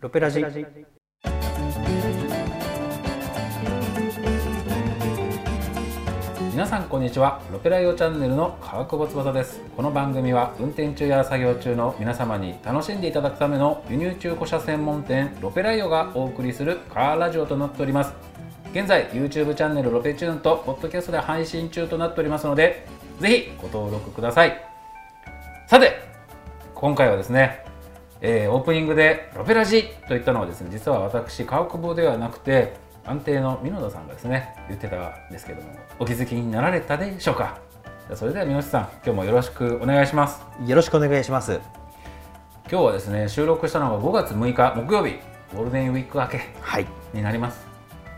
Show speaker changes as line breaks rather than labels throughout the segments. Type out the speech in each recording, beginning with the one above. ロペラジ
皆さんこんにちはロペライオチャンネルの川久保翼ですこの番組は運転中や作業中の皆様に楽しんでいただくための輸入中古車専門店ロペライオがお送りするカーラジオとなっております現在 YouTube チャンネルロペチューンとポッドキャストで配信中となっておりますのでぜひご登録くださいさて今回はですね、えーオープニングでロペラジと言ったのはですね実は私川久保ではなくて安定の美濃田さんがですね言ってたんですけどもお気づきになられたでしょうかじゃあそれでは美濃田さん今日もよろしくお願いします
よろしくお願いします
今日はですね収録したのが5月6日木曜日ゴールデンウィーク明け
はい
になります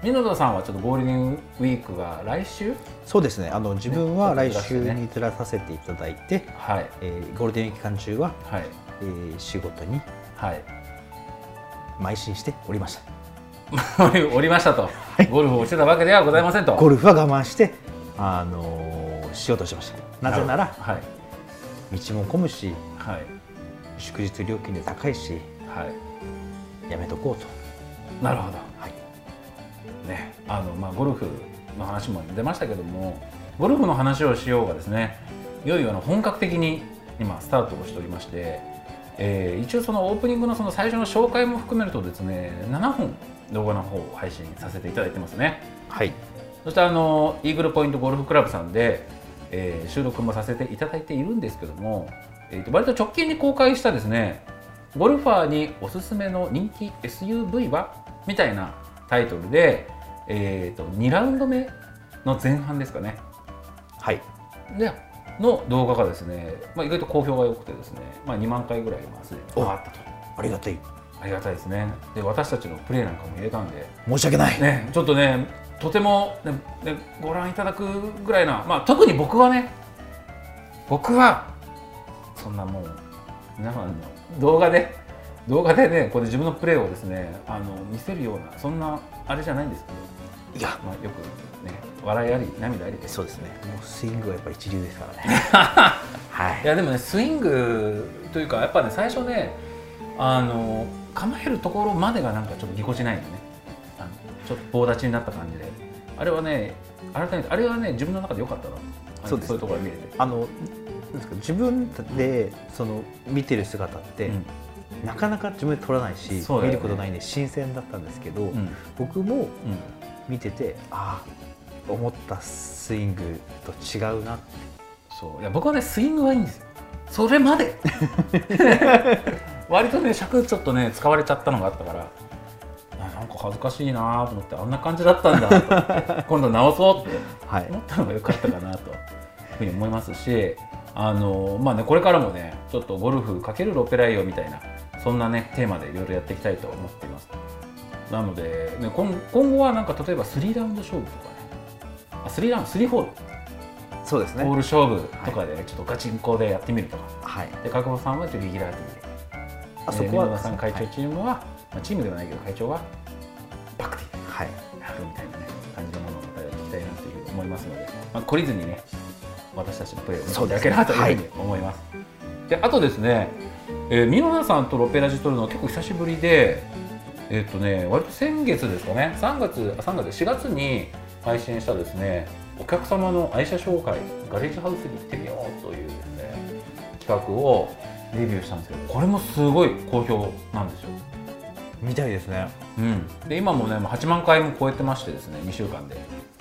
美濃田さんはちょっとゴールデンウィークが来週
そうですねあの自分は
ね
来週にずらさせていただいて、
はい
えーゴールデンウィーク期間中は、
はい
えー仕事に
はい
邁進しておりました
おりおりましたと、ゴルフをしてたわけではございませんと
ゴルフは我慢してあのーしようとしましたなぜなら
はい
道も混むし
はい
祝日料金で高いし
はい
やめとこうと
なるほど、
はい
ねあのまあ、ゴルフの話も出ましたけどもゴルフの話をしようがですねいよいよあの本格的に今スタートをしておりまして、えー一応そのオープニングのその最初の紹介も含めるとですね7本動画の方を配信させていただいてますね
はい
そしてあのイーグルポイントゴルフクラブさんで、えー収録もさせていただいているんですけども、えーと割と直近に公開したですねゴルファーにおすすめの人気 SUV はみたいなタイトルで、えー、と2ラウンド目の前半ですかね
はい
での動画がですね、まあ、意外と好評が良くてですね、まあ、2万回ぐらい今すでに回ったと
ありがたい
ありがたいですねで私たちのプレーなんかも入れたんで
申し訳ない
ね、ちょっとね、とても、ねねご覧いただくぐらいな、まあ、特に僕はね、僕は、そんなもう、皆さんの動画で、動画でね、これ自分のプレーをですね、あの見せるような、そんなあれじゃないんですけど、
いや
まあ、よくね、笑いあり、涙ありです。
そうですねもうスイングはやっぱり一流です からねはい
いやでもねスイングというかやっぱね最初ねあの構えるところまでがなんかちょっとぎこちないよねあのちょっと棒立ちになった感じであれはね改めてあれはね自分の中で良かったなあの
そうです
そういうところが見れて、
あのなんですか自分でその見てる姿って、なかなか自分で撮らないし、
そうだ
見
よね
ることないんで新鮮だったんですけど、
うんうん
僕も見ててああ思ったスイングと違うなって
そういや僕はねスイングはいいんですよそれまで割とね尺ちょっとね使われちゃったのがあったからいやなんか恥ずかしいなと思ってあんな感じだったんだと思って今度直そうって
は
思ったのが良かったかなというふうに思いますしあの、まあね、これからもねちょっとゴルフ×ロペライオみたいなそんなねテーマでいろいろやっていきたいと思っていますなので、ね、今今後はなんか例えば3ラウンド勝負とかねあ3ラウンド3ホール、
そうです
ホー
ね
ル勝負とかで、ちょっとガチンコでやってみるとか
はい
で角保さんはちょっとレギュラーティーで
あそ
えー
こは
箕輪さん会長
はい、
チームは、まあ、チームではないけど会長はバクティー
はい
やるみたいなね感じのものをまたやっていきたいなというふうに思いますので、まあ、懲りずにね私たちのプレーを見ていただければと
そ
いう
うです
ふ
ね
うに思います。であとですね、えー、ミノナさんとロペラジ撮るのは結構久しぶりでえっ、とね割と先月ですかね3月あ3月4月に配信したですねお客様の愛車紹介ガレージハウスに行ってみようというですね企画をレビューしたんですけどこれもすごい好評なんですよ。
みたいですね
うん、で今もねもう8万回も超えてましてですね2週間です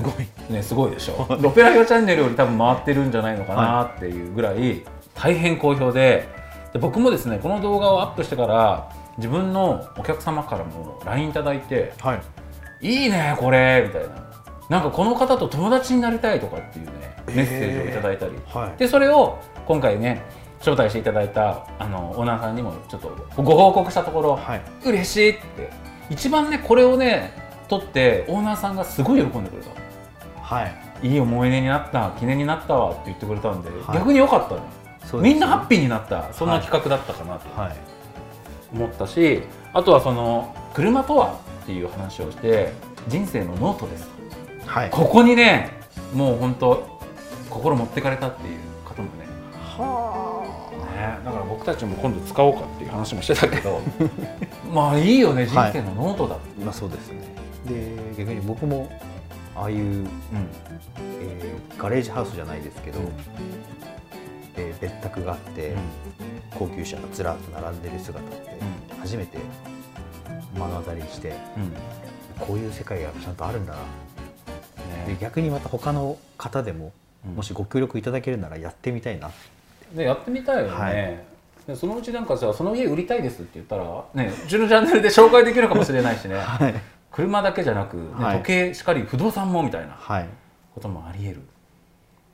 ごい
ね、すごいでしょ ロペライオチャンネルより多分回ってるんじゃないのかなっていうぐらい大変好評でで僕もですねこの動画をアップしてから自分のお客様からも LINE いただいて
はい
「いいねこれ」みたいななんかこの方と友達になりたいとかっていうねメッセージをいただいたり、
はい
でそれを今回ね招待していただいたあのオーナーさんにもちょっとご報告したところ、
はい
嬉しいって一番ねこれをね撮ってオーナーさんがすごい喜んでくれた
はい
いい思い出になった記念になったわって言ってくれたんで、
はい
逆に良かったね
そうですね
みんなハッピーになったそんな企画だったかなと
はい
思ったし、あとはその車とはっていう話をして人生のノートです
はい
ここにねもう本当心持ってかれたっていう方もね
は
ねだから僕たちも今度使おうかっていう話もしてたけど まあいいよね人生のノートだ、
まあそうですねで逆に僕もああいう、えーガレージハウスじゃないですけど、
うん
えー別宅があって、
うん
高級車がずらっと並んでる姿って
う
初めて目の当たりにして
うん
こういう世界がちゃんとあるんだなで
ね、
逆にまた他の方でも
うん
もしご協力いただけるならやってみたいな、
でやってみたいよね、
はい
でそのうちなんかさその家売りたいですって言ったらねうちのチャンネルで紹介できるかもしれないしね
はい
車だけじゃなく、ね
はい
時計しかり不動産もみたいな
はい
こともあり得る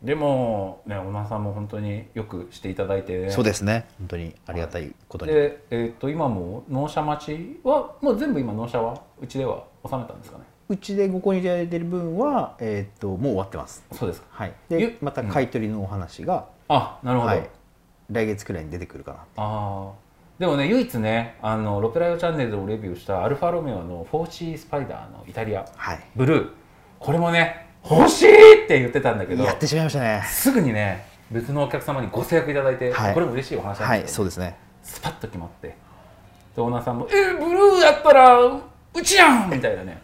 でもね小野さんも本当によくしていただいて
そうですね本当にありがたいことに、
で、えー、と今も納車待ちはもう全部今納車はうちでは収めたんですかね
うちでご購入いただいてる分は、えーっともう終わってます
そうですか
はい
ゆ
でまた買い取りのお話が、
あなるほど、
はい、来月くらいに出てくるかな
あーでもね唯一ねあのロペライオチャンネルでもレビューしたアルファロメオの 4C スパイダーのイタリア
はい
ブルーこれもね欲しいって言ってたんだけど
やってしまいましたね
すぐにね別のお客様にご制約いただいて、
はい
これも嬉しいお話なんですけど、
はいそうですね
スパッと決まってでオーナーさんも「えーブルーだったらうちやん!」みたいなね、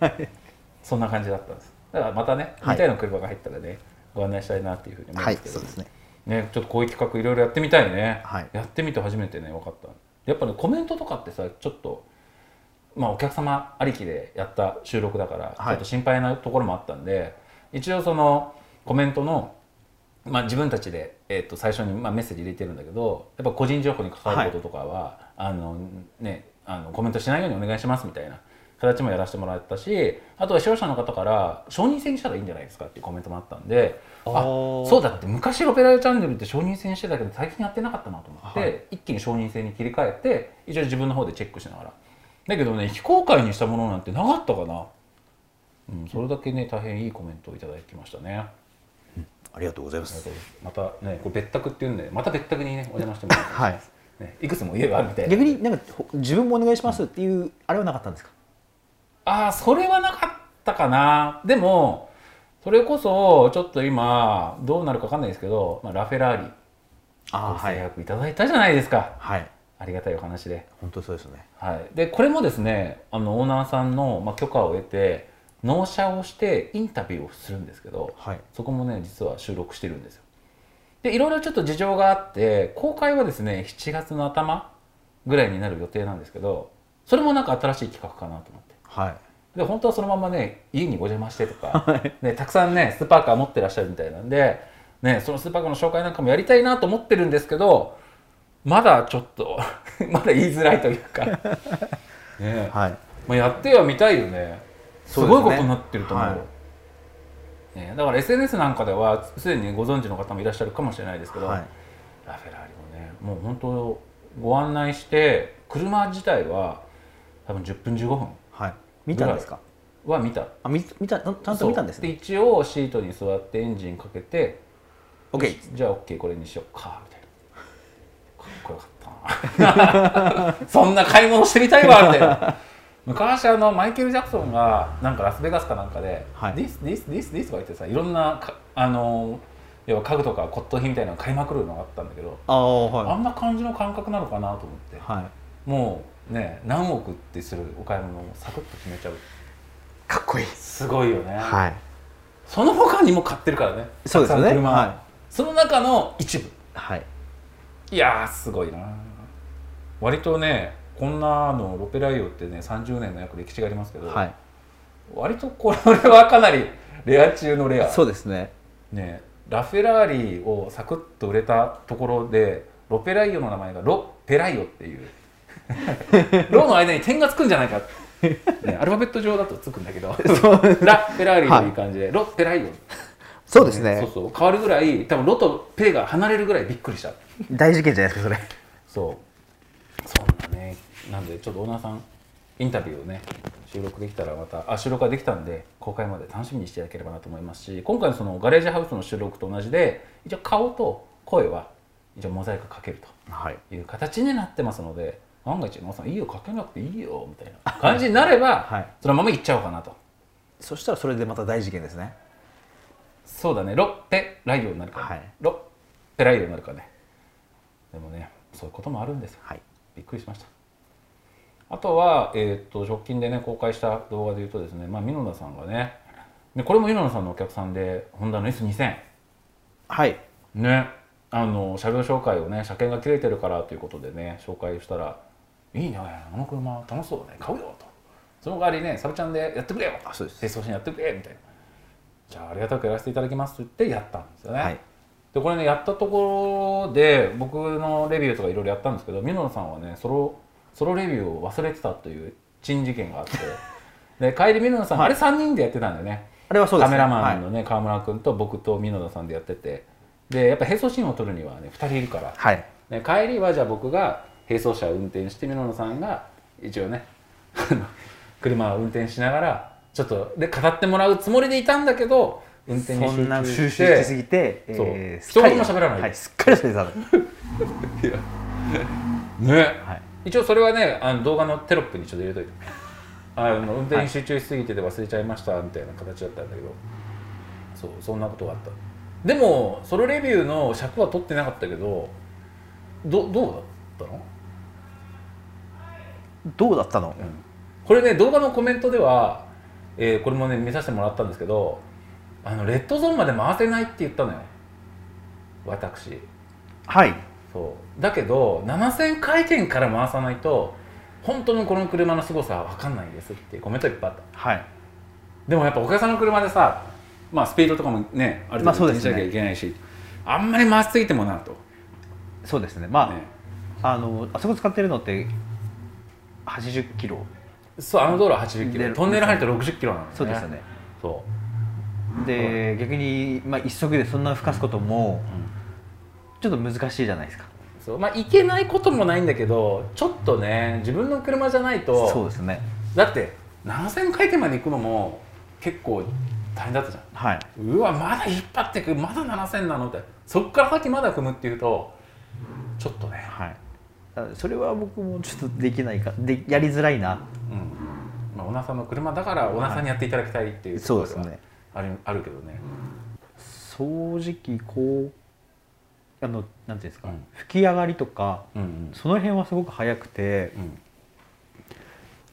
そんな感じだったんですだからまたね
はい
みたいな車が入ったらねご案内したいなっていうふうに思うん
は
で
い
すけど、
そうですね
ね、ちょっとこういう企画いろいろやってみたいね、
はい
やってみて初めてね分かったやっぱねコメントとかってさちょっとまあお客様ありきでやった収録だから、
はい
ちょっと心配なところもあったんで一応そのコメントのまあ、自分たちで、えー、と最初に、まあ、メッセージ入れてるんだけどやっぱ個人情報に関わることとかは、あのね、あのコメントしないようにお願いしますみたいな形もやらせてもらったしあとは視聴者の方から承認制にしたらいいんじゃないですかっていうコメントもあったんであ
あー
そうだって昔ロペライオチャンネルって承認制にしてたけど最近やってなかったなと思って、
はい
一気に承認制に切り替えて一応自分の方でチェックしながらだけどね非公開にしたものなんてなかったかな、うん、それだけね大変いいコメントをいただきましたね。
ありがとうございま
ありが
す
とうございますまたね、これ別宅っていうんで、また別宅にね、お邪魔してもらって、
はい
ね、いくつも家があるみたいな。
逆になんかほ自分もお願いしますっていうあれはなかったんですか
ああ、それはなかったかな。でも、それこそ、ちょっと今、どうなるかわかんないですけど、まあ、ラフェラーリ、
あ
ご制約いただいたじゃないですか。
はい
ありがたいお話で。
本当そうですね
はい、でこれもですねあのオーナーさんの、まあ、許可を得て納車をしてインタビューをするんですけど、
はい
そこもね実は収録してるんですよでいろいろちょっと事情があって公開はですね7月の頭ぐらいになる予定なんですけどそれもなんか新しい企画かなと思って
はい
で本当はそのままね家にお邪魔してと か、ね、たくさんねスーパーカー持ってらっしゃるみたいなんで、ね、そのスーパーカーの紹介なんかもやりたいなと思ってるんですけどまだちょっと まだ言いづらいという か、ね
はい
まあ、やってはみたいよねす
そうですね
ごいことになってると思う
は
ねだから SNS なんかではすでにご存知の方もいらっしゃるかもしれないですけど、
はい
ラフェラーリもねもう本当ご案内して車自体は多分10分15分
はい見たんですか
は見た
あ見見たちゃんちゃんと見たんですね
そうで一応シートに座ってエンジンかけて
OK
じゃあ OK これにしようかみたいなかっこよかったなそんな買い物してみたいわみたいな昔あのマイケル・ジャクソンがなんかラスベガスかなんかで
はい
This, this, this, this とか言ってさいろんなかあの要は家具とか骨董品みたいなの買いまくるのがあったんだけど
ああ
あ
は
んな感じの感覚なのかなと思って
いはい
もうね何億ってするお買い物をサクッと決めちゃう
かっこいい
すごいよね、
はい
その他にも買ってるからね
そうですよ
たくさん
ね
車、
は
その中の一部
はい
いやーすごいな割とねこんなのロペライオってね30年の約歴史がありますけど、
はい
割とこれはかなりレア中のレア
そうですね
ねラフェラーリをサクッと売れたところでロペライオの名前がロペライオって いうロの間に点がつくんじゃないか、ね、アルファベット上だとつくんだけどラ・フェラーリという感じで、ロ・ペライオ
そうです
そう
ね
そう変わるぐらい多分ロとペが離れるぐらいびっくりした
大事件じゃないですかそれ
そうそんなねなんでちょっとオーナーさんインタビューをね収録できたらまたあ収録ができたんで公開まで楽しみにしていただければなと思いますし今回のそのガレージハウスの収録と同じで一応顔と声は一応モザイクかける
はい
という形になってますので万が一のさんいいよかけなくていいよみたいな感じになれば、
はい
そのまま行っちゃおうかなと
そしたらそれでまた大事件ですね
そうだね、ロッテライオになるから、
はい
ロッテライオになるからね。でもね、そういうこともあるんですよ
はい
びっくりしましたあとは、えー、と直近でね公開した動画で言うとですね、まあ、ミノナさんがねでこれもミノナさんのお客さんでホンダの S2000
はい
ねあの車両紹介をね車検が切れてるからということでね紹介したら「いいねあの車楽しそうだね買うよ」と「その代わりねサブちゃんでやってくれよ」
あそうです
清掃にやってくれ」みたいな「じゃあありがたくやらせていただきます」と言ってやったんですよね、
はい
でこれねやったところで僕のレビューとかいろいろやったんですけどミノルさんはねソロソロレビューを忘れてたという珍事 件があってで帰りミノルさん、あれ3人でやってたんだよね
あれはそうで
カ
す
メ
ね
ラマン
は
の
い
ね、川村君と僕と美濃田さんでやっててでやっぱ並走シーンを撮るにはね2人いるから、
はい
ね、帰りはじゃあ僕が並走車を運転して美濃田さんが一応ね あの車を運転しながらちょっとで語ってもらうつもりでいたんだけど運転に
そんな
集中
収
して
集しすぎて、
そう
すっかり
一言も喋らない
はい、すっかり忘れてたの
ね
はい
一応それはねあの動画のテロップにちょっと入れといてあの運転に集中しすぎてて忘れちゃいましたみたいな形だったんだけどそうそんなことがあったでもソロレビューの尺は取ってなかったけどどどうだったの、
どうだったの、
これね動画のコメントでは、えーこれもね見させてもらったんですけどあのレッドゾーンまで回せないって言ったのよ私
はい
そうだけど7000回転から回さないと本当にこの車の凄さは分かんないですっていうコメントいっぱいあった
はい
でもやっぱお客さんの車でさ、まあ、スピードとかもねある
まあ
程
そうですね
度気にしなきゃいけないし、あんまり回しすぎてもなと、
そうですねまあ、
ね、
あのあそこ使ってるのって80キロ
そうあの道路は80キ
で
ロトンネル入ると60キロなんで
そ
すね
うですよね
そ
で逆に、まあ、一足でそんな吹かすことも
う、うん
ちょっと難しいじゃないですか
そうまあいけないこともないんだけどちょっとね自分の車じゃないと
そうですね
だって7000回転まで行くのも結構大変だったじゃん
はいう
わまだ引っ張ってくまだ7000なのってそっから先まだ踏むっていうとちょっとね、
はいだそれは僕もちょっとできないかでやりづらいな
うんまあ、オーナーさんの車だからオーナーさんにやっていただきたいっていう
そうです
ところが
ね
あるあるけどね、
掃除機こうあのなんていうんですか、
うん
吹き上がりとか
うんうん
その辺はすごく早くて
うん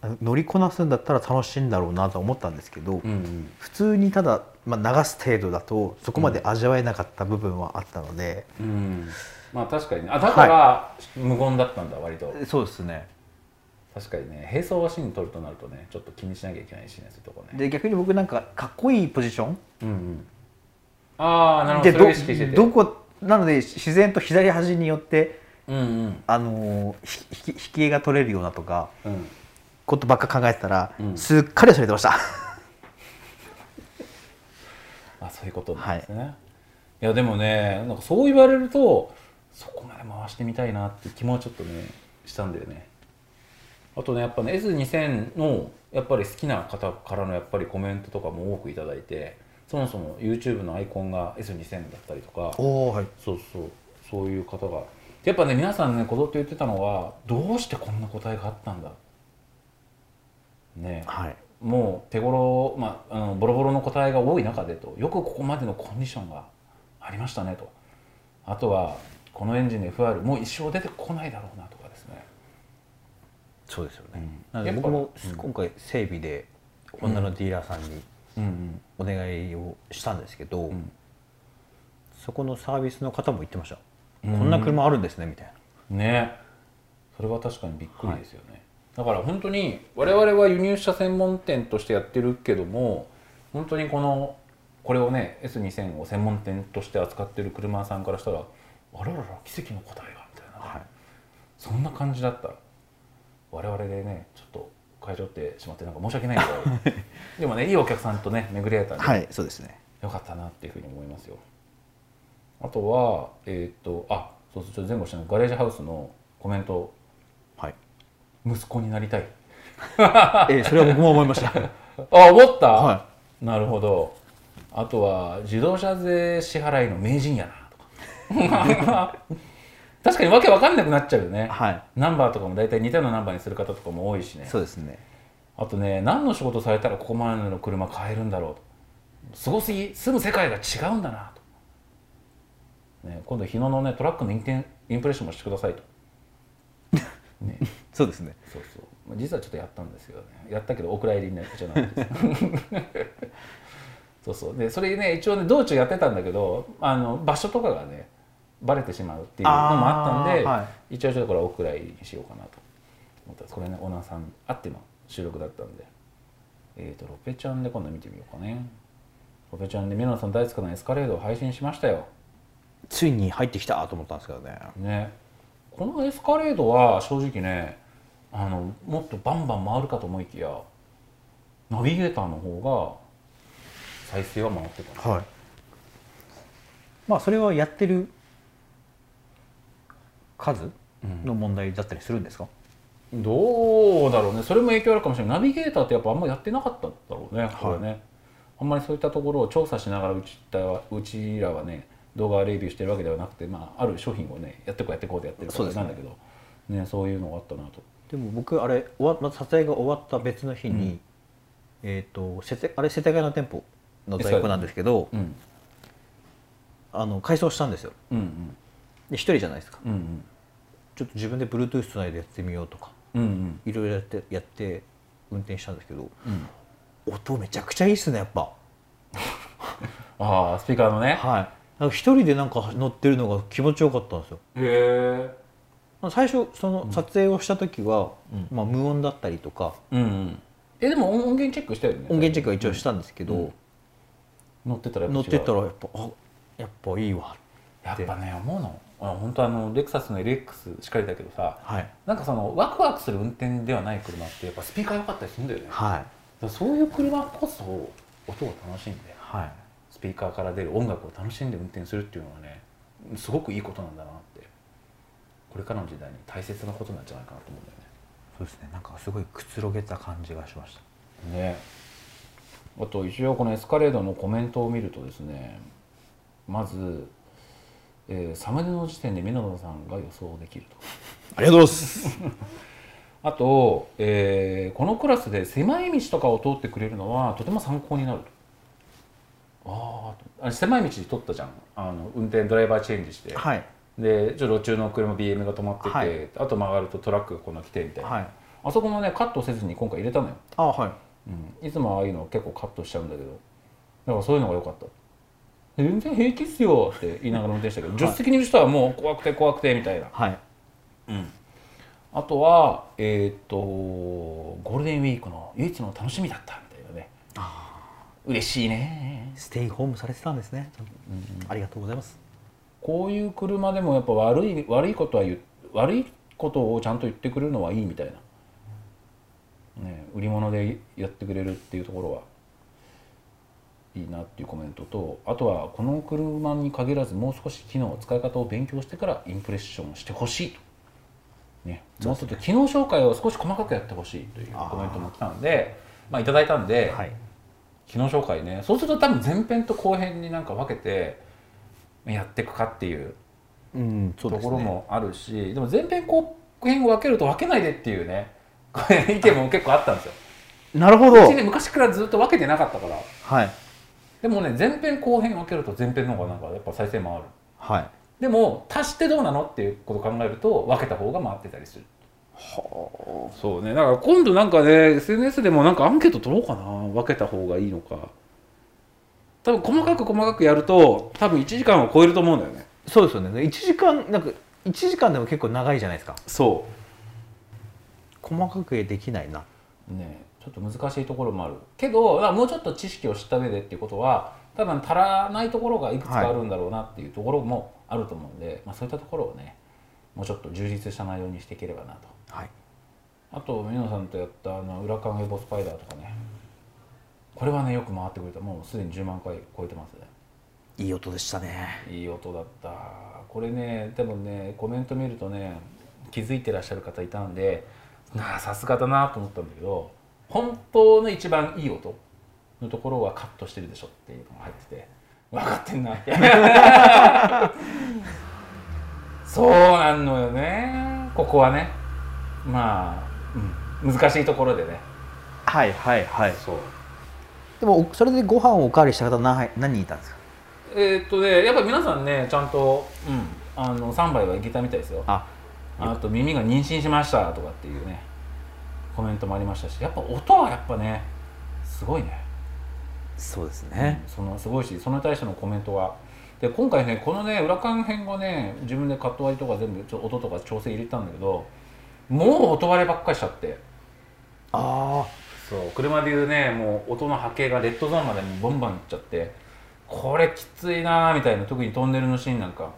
あの乗りこなすんだったら楽しいんだろうなとは思ったんですけど、
うんうん、
普通にただ、まあ、流す程度だとそこまで味わえなかった部分はあったので、
うん、まあ確かにねあだから無言だったんだ割と
そうですね
確かにね並走をシーン取るとなるとねちょっと気にしなきゃいけないしねそういうとこね
で逆に僕なんかかっこいいポジション
うんうんああなるほど
で
それを意識してて
どどこなので自然と左端によって、
うんうん
あのーひ引き引き絵が取れるようなとか
うん
ことばっか考えてたら、
うん
すっかり忘れてました
あそういうことなんですね、い、やでもねなんかそう言われるとそこまで回してみたいなって気もちょっとねしたんだよねあとねやっぱね S2000 のやっぱり好きな方からのやっぱりコメントとかも多くいただいてそもそも YouTube のアイコンが S2000 だったりとか
おおはい
そうそうそういう方がやっぱね皆さんねこぞって言ってたのはどうしてこんな答えがあったんだね
はい
もう手頃、まあ、あのボロボロの答えが多い中でとよくここまでのコンディションがありましたねとあとはこのエンジンで FR もう一生出てこないだろうなとかですね、
そうですよ
う
ね、
ん
なので
やっぱ
僕も
うん
今回整備で女のディーラーさんに
うん
お願いをしたんですけど、
ん
そこのサービスの方も言ってました、
ん
こんな車あるんですねみたいな
うん、ねそれは確かにびっくりですよね、だから本当に我々は輸入車専門店としてやってるけども本当にこのこれをね S2000 を専門店として扱ってる車さんからしたらあららら奇跡の答えがみたいな、
はい
そんな感じだった我々でねちょっと会場ってしまってなんか申し訳ない けどでもねいいお客さんとね巡り合えたんで、
はいそうですね
よかったなっていうふうに思いますよあとはえーっとあそうそうちょっと前後したのガレージハウスのコメント
はい
「息子になりたい
え ーそれは僕も思いました」
あ思った、
は
なるほどあとは「自動車税支払いの名人やな」とか 確かにわけわかんなくなっちゃうよ ね、
はい
ナンバーとかも大体似たようなナンバーにする方とかも多いしね
そうですね
あとね何の仕事されたらここまでの車買えるんだろうとすごすぎ住む世界が違うんだなと、ね、今度日野のねトラックのインテンインプレッションもしてくださいとね、
そうですね
そうそうまあ実はちょっとやったんですけどねやったけどお蔵入りになっちゃなんです そうそうでそれね一応ね道中やってたんだけどあの場所とかがねバレてしまうっていうのもあったんで、
あーは
一応ちょっとこれはお蔵入りにしようかなと思ったんですこれねオーナーさんあっての収録だったんでえー、とロペちゃんで今度見てみようかねロペちゃんでミラノさん大好きなエスカレードを配信しましたよ
ついに入ってきたと思ったんですけどね
ねこのエスカレードは正直ねあのもっとバンバン回るかと思いきやナビゲーターの方が再生は回ってたな
はいまあそれはやってる数の問題だったりするんですか、
どうだろうねそれも影響あるかもしれないナビゲーターってやっぱあんまやってなかったんだろうねこれね、あんまりそういったところを調査しながらうちたうちらはね動画レビューしてるわけではなくて、まあ、ある商品をねやってこうやってこうでやってる
そう
感
で
じ
すね
なんだけどねそういうのがあったなと
でも僕あれ終わまあ撮影が終わった別の日に、
うん
えっ、と世田あれ世田谷の店舗の在庫なんですけど、
うん
あの改装したんですよ
うん
で一人じゃないですか
うんうん
ちょっと自分で Bluetooth つないでやってみようとか
うんうん
いろいろやってやって運転したんですけど
うん
音めちゃくちゃいいっすねやっぱ
ああスピーカーの
は
ね
いなんか一人でなんか乗ってるのが気持ちよかったんですよ
へえ
最初その撮影をした時は、まあ、無音だったりとか
うんうんえでも音音源チェックしたよね
音源チェックは一応したんですけど、
乗ってたらやぱ
乗
違う
ってたらやっぱあやっぱいいわ
やっぱね思うのあ本当あのレクサスの LX しかりだけどさ
はい
なんかそのワクワクする運転ではない車ってやっぱスピーカー良かったりするんだよねだか
はい
らそういう車こそ音を楽しんで
はい
スピーカーから出る音楽を楽しんで運転するっていうのはねすごくいいことなんだなってこれからの時代に大切なことなんじゃないかなと思うんだよね
そうですねなんかすごいくつろげた感じがしました
ねあと一応このエスカレードのコメントを見るとですねまず、えーサムネの時点で湊さんが予想できると
ありがとうございます
あと、えーこのクラスで狭い道とかを通ってくれるのはとても参考になるとあーあれ狭い道通ったじゃんあの運転ドライバーチェンジして
はい
でちょっと路中の車 BM が止まってて、
はい
あと曲がるとトラックがこんな来てみたいな、
はい
あそこもねカットせずに今回入れたのよ
あはい
うん、いつもああいうの結構カットしちゃうんだけどだからそういうのが良かった全然平気っすよって言いながら運転したけど助手席にいる人はもう怖くて怖くてみたいな
はい
あとはえーっとゴールデンウィークの唯一の楽しみだったみたいなね嬉しいね
ステイホームされてたんですね、ありがとうございます
こういう車でもやっぱ悪い悪いことは言う悪いことをちゃんと言ってくれるのはいいみたいな、ね、売り物でやってくれるっていうところはいいなっていうコメントとあとはこの車に限らずもう少し機能使い方を勉強してからインプレッションをしてほしいと、ね、もうちょっと機能紹介を少し細かくやってほしいというコメントも来たのでまあ、いただいたんで、
はい
機能紹介ねそうすると多分前編と後編になんか分けてやっていくかっていう
うんそう
と
です
こ
ね
ろもあるしで,、も前編後編を分けると分けないでっていうねこれ意見も結構あったんですよ
なるほ
う
ど
ちね昔からずっと分けてなかったから
はい
でもね前編後編分けると前編の方がなんかやっぱ再生回る
はい
でも足してどうなのっていうことを考えると分けた方が回ってたりするそうねだから今度なんかね SNS でもなんかアンケート取ろうかな分けた方がいいのか多分細かく細かくやると多分1時間を超えると思うんだよね
そうですよね1時間なんか一時間でも結構長いじゃないですか
そ
細かくできないな
うねちょっと難しいところもあるけどだからもうちょっと知識を知った上でっていうことは多分足らないところがいくつかあるんだろうなっていうところもあると思うんで、まあ、そういったところをねもうちょっと充実した内容にしていければなと
はい
あと皆さんとやったあの裏影ボスパイダーとかねこれはねよく回ってくれたもうすでに10万回超えてますね
いい音でしたね
いい音だったこれね多分ねコメント見るとね気づいてらっしゃる方いたんでなあさすがだなと思ったんだけど本当の一番いい音のところはカットしてるでしょっていうのが入ってて分かってんなってそうなんのよねここはねまあ、うん難しいところでね
はいはいはい
そう
でもおそれでご飯をおかわりした方何何人いたんですか
えーっとねやっぱり皆さんねちゃんと、うん、あの3杯はいけたみたいですよ
あ
あと耳が妊娠しましたとかっていうねコメントもありましたしやっぱ音はやっぱねすごいね
そうですね、
そのすごいしそれに対してのコメントはで今回ねこのね裏勘編をね自分でカット割りとか全部ちょ音とか調整入れたんだけどもう音割ればっかりしちゃって
ああ
そう車で言うねもう音の波形がレッドゾーンまでもうバンバンいっちゃってこれきついなーみたいな特にトンネルのシーンなんか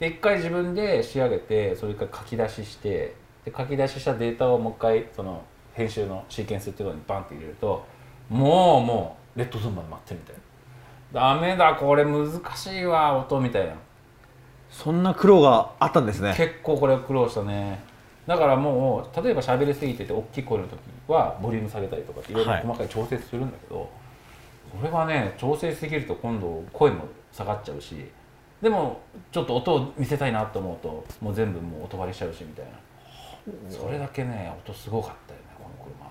で一回自分で仕上げてそれから書き出ししてで書き出ししたデータをもう一回その編集のシーケンスっていうのにバンって入れるともうもうレッドゾーンまで待ってるみたいなダメだこれ難しいわ音みたいな
そんな苦労があったんですね
結構これは苦労したねだからもう例えば喋りすぎてて大きい声の時はボリューム下げたりとかっていろいろ
はい
細かい調整するんだけど、これはね調整しすぎると今度声も下がっちゃうしでもちょっと音を見せたいなと思うともう全部もう音割れしちゃうしみたいなそれだけね音すごかったよねこの車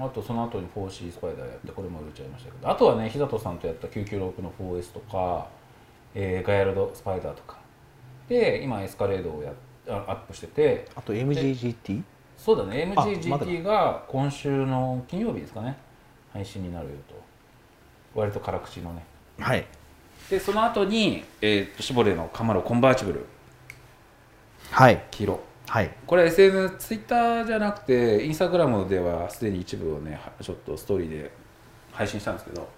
はねあとその後に 4C スパイダーやってこれも売れちゃいましたけどあとはね日里さんとやった996の 4S とか、えーガイアルドスパイダーとかで今エスカレードをやあアップしてて
あと MGGT
そうだね
あまだ
MGGT が今週の金曜日ですかね配信になるよと割と辛口のね
はい
でその後に、えーとシボレーのカマロコンバーチブル
はい
黄色
はい
これ SNS ツイッターじゃなくてインスタグラムではすでに一部をねはちょっとストーリーで配信したんですけど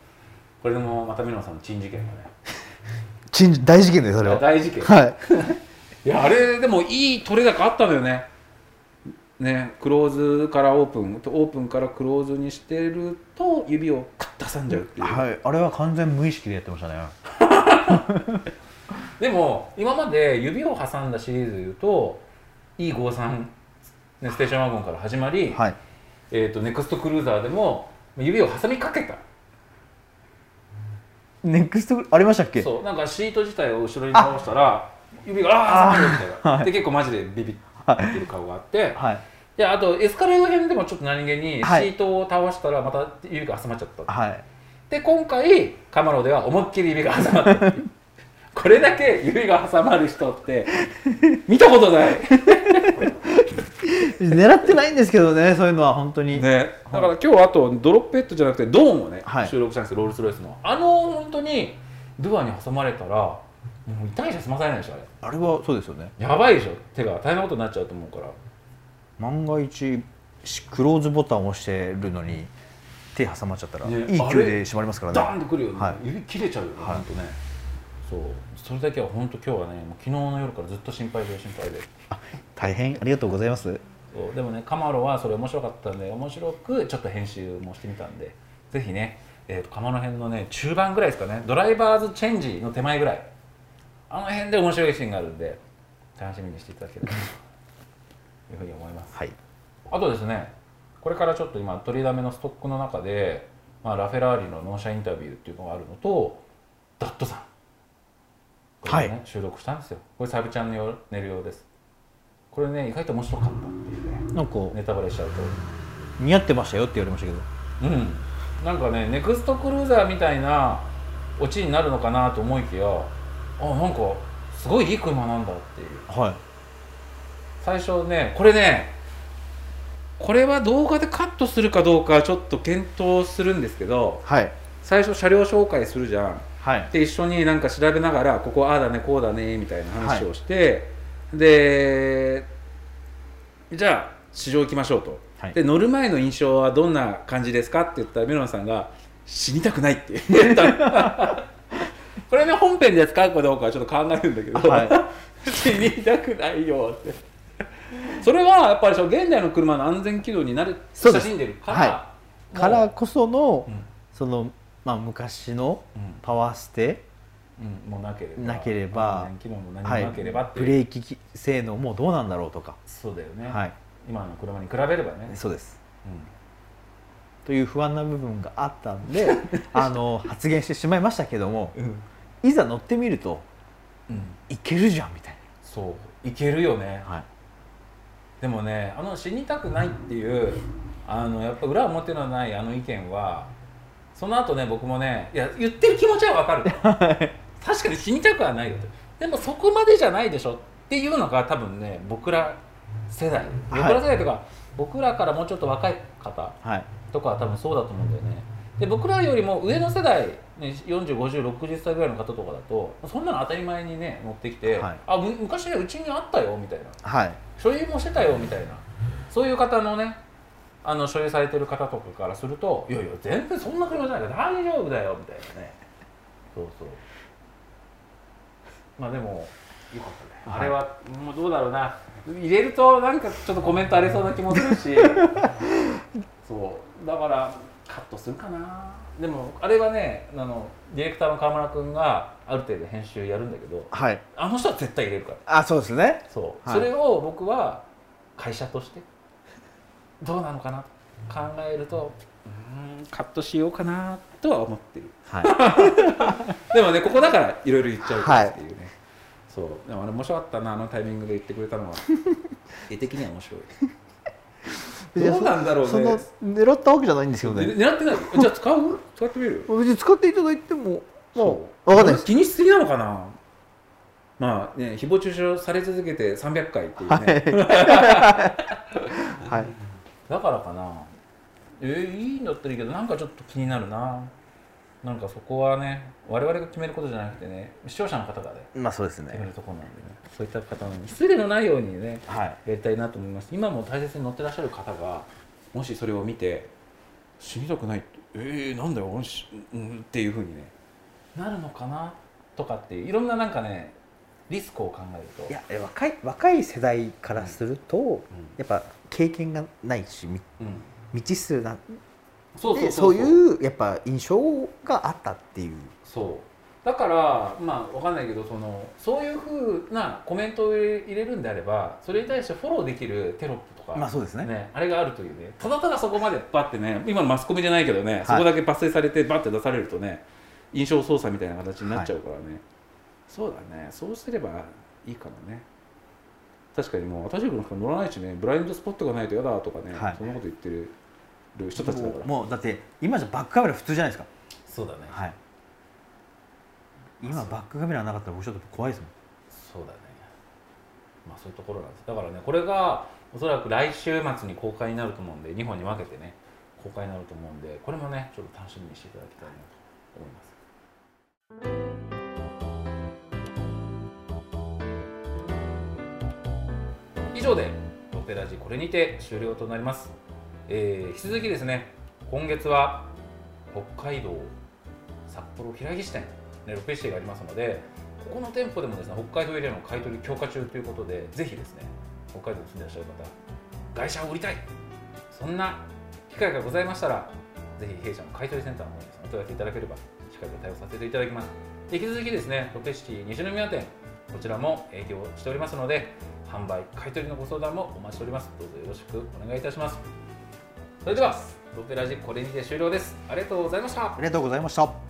これでもまたミノさんの珍事件がね
珍大事件ですそれは
大事件
はい
いやあれでもいい取れ高あったのよねねクローズからオープンオープンからクローズにしてると指をカッと挟んじゃうっていう、
はい、あれは完全無意識でやってましたね
でも今まで指を挟んだシリーズでいうと E53、ね、ステーションワゴンから始まり、
はい
えー、とネクストクルーザーでも指を挟みかけた
ネクストありましたっけ
そうなんかシート自体を後ろに倒したら指があー挟まれるみたいな、
はい
で結構マジでビビってる顔があって、
はい
であとエスカレード編でもちょっと何気にシ
はい
ートを倒したらまた指が挟まっちゃった、
はい
で今回カマロでは思いっきり指が挟まったっていう これだけ指が挟まる人って見たことない
狙ってないんですけどねそういうのは本当に、
ね、だから今日あとドロップヘッドじゃなくてドーンをね、
はい
収録したんですよロールスロイスのあの本当にドゥアに挟まれたらもう痛いじゃ済まされないでしょあれ
あれはそうですよね
やばいでしょ手が大変なことになっちゃうと思うから
万が一クローズボタンを押してるのに手挟まっちゃったら、
ね
いい
あ
勢
れ
いで閉まりますからね
ダーンとくるよね、
はい
指切れちゃうよね、
はい
ほんとねそうそれだけは本当今日はねもう昨日の夜からずっと心配で心配で
大変ありがとうございます
そうでもねカマロはそれ面白かったんで面白くちょっと編集もしてみたんでぜひね、えー、とカマロ編のね中盤ぐらいですかねドライバーズチェンジの手前ぐらいあの辺で面白いシーンがあるんで楽しみにしていただければというふうに思います
はい
あとですねこれからちょっと今取りだめのストックの中で、まあ、ラフェラーリの納車インタビューっていうのがあるのとダットさんこれね、
はい
収録したんですよこれサビちゃんの夜寝る用ですこれね意外と面白かったっていうね
なんか
ネタバレしちゃうと
似合ってましたよって言われましたけど
うんなんかねネクストクルーザーみたいなオチになるのかなと思いきやあなんかすごいいい車なんだっていう
はい
最初ねこれねこれは動画でカットするかどうかちょっと検討するんですけど
はい
最初車両紹介するじゃん
はい
で一緒になんか調べながらここああだねこうだねみたいな話をして、でじゃあ市場行きましょうと、
はい
で乗る前の印象はどんな感じですかって言ったらメロンさんが死にたくないって 言ったのこれね本編で使うかどうかはちょっと考えるんだけど、
は
死にたくないよってそれはやっぱりそう現代の車の安全軌道になる
そう
親
です
しんでるから、
は
もう
からこその、
うん
そのまあ昔の
うん
パワーステ、
うん、もうなければ
なければ
安全機能も何
はい
もなければって
ブ
いう、
レーキ性能もどうなんだろうとか、
そうだよね、
はい
今の車に比べればね、
そうです
うん
という不安な部分があったんで あの発言してしまいましたけども
うん
いざ乗ってみると
うん、
いけるじゃんみたい
そういけるよね
な、はい、
でもねあの死にたくないっていうあのやっぱ裏表のないあの意見はその後ね僕もねいや言 ってる気持ちはわかる確かに死にたくはないよとでもそこまでじゃないでしょっっていうのが多分ね僕ら世代
はい
僕ら世代とか、僕らからもうちょっと若い方
はい
とかは多分そうだと思うんだよねで僕らよりも上の世代、ね、405060歳ぐらいの方とかだとそんなの当たり前にね乗ってきて、
はい
あむ昔ねうちにあったよみたいな
はい
所有もしてたよみたいなそういう方のねあの所有されてる方とかからするといやいや全然そんな車じゃないから大丈夫だよみたいなねそうそうまあでもよかったね、
はい
あれはもうどうだろうな入れるとなんかちょっとコメントありそうな気もす るしそうだからカットするかなでもあれはねあのディレクターの川村君がある程度編集やるんだけど
はい
あの人は絶対入れるから
あそうですね
そう、
はい
それを僕は会社としてどうなのかなと考えるとうーんカットしようかなとは思ってる
はい
でもねここだからいろいろ言っちゃうから
はい
っていうね、そうでもあれ面白かったなあのタイミングで言ってくれた のは絵的には面白いどうなんだろうね
その狙ったわけじゃないんですけど
ね
ね
狙ってないじゃあ使う使ってみる
別に使っていただいてもまあ
う
分かんないです
気にしすぎなのかなまあね誹謗中傷され続けて300回っていうね、
はい
だからかなえーいいんだったらいいけどなんかちょっと気になるななんかそこはね我々が決めることじゃなくてね視聴者の方がね
まあそうです
決めるところなんでねそういった方の失礼のないようにね
はい
やりたいなと思います今も大切に乗ってらっしゃる方がもしそれを見て死にたくないってえー、なんだよ俺しうんっていうふうにねなるのかなとかっていろんななんかねリスクを考えると
いや若い若い世代からすると、
うん
やっぱ経験がないしみ
うん
未知数なん
そうそう
で
そ
そうう
そう
いうやっぱ印象があったっていう
そうだからまあわかんないけどそのそういうふうなコメントを入れ入れるんであればそれに対してフォローできるテロップとか、
そうです
ね、あれがあるというねただただそこまでバッてね今のマスコミじゃないけどね、そこだけ抜粋されてバッて出されるとね印象操作みたいな形になっちゃうからね、そうだねそうすればいいかもね確かにもう私たちの人乗らないしねブラインドスポットがないと嫌だとかね、
はい
そんなこと言ってる人たちだから
もうだって今じゃバックカメラ普通じゃないですか
そうだね
はい今バックカメラなかったら僕ちょっと怖いですもん
そうだねまあそういうところなんですだからねこれがおそらく来週末に公開になると思うんで2本に分けてね公開になると思うんでこれもねちょっと楽しみにしていただきたいなと思います以上で「ロペラジ」これにて終了となります、えー引き続きですね今月は北海道札幌平岸店ねロペシティがありますのでここの店舗でもですね北海道エリアの買い取り強化中ということでぜひですね北海道に住んでいらっしゃる方外車を売りたいそんな機会がございましたらぜひ弊社の買い取りセンターの方にですねお問い合わせいただければしっかりと対応させていただきますで引き続きですねロペシティ西宮店こちらも営業しておりますので販売買い取りのご相談もお待ちしておりますどうぞよろしくお願いいたしますそれではロペラジこれにて終了ですありがとうございました
ありがとうございました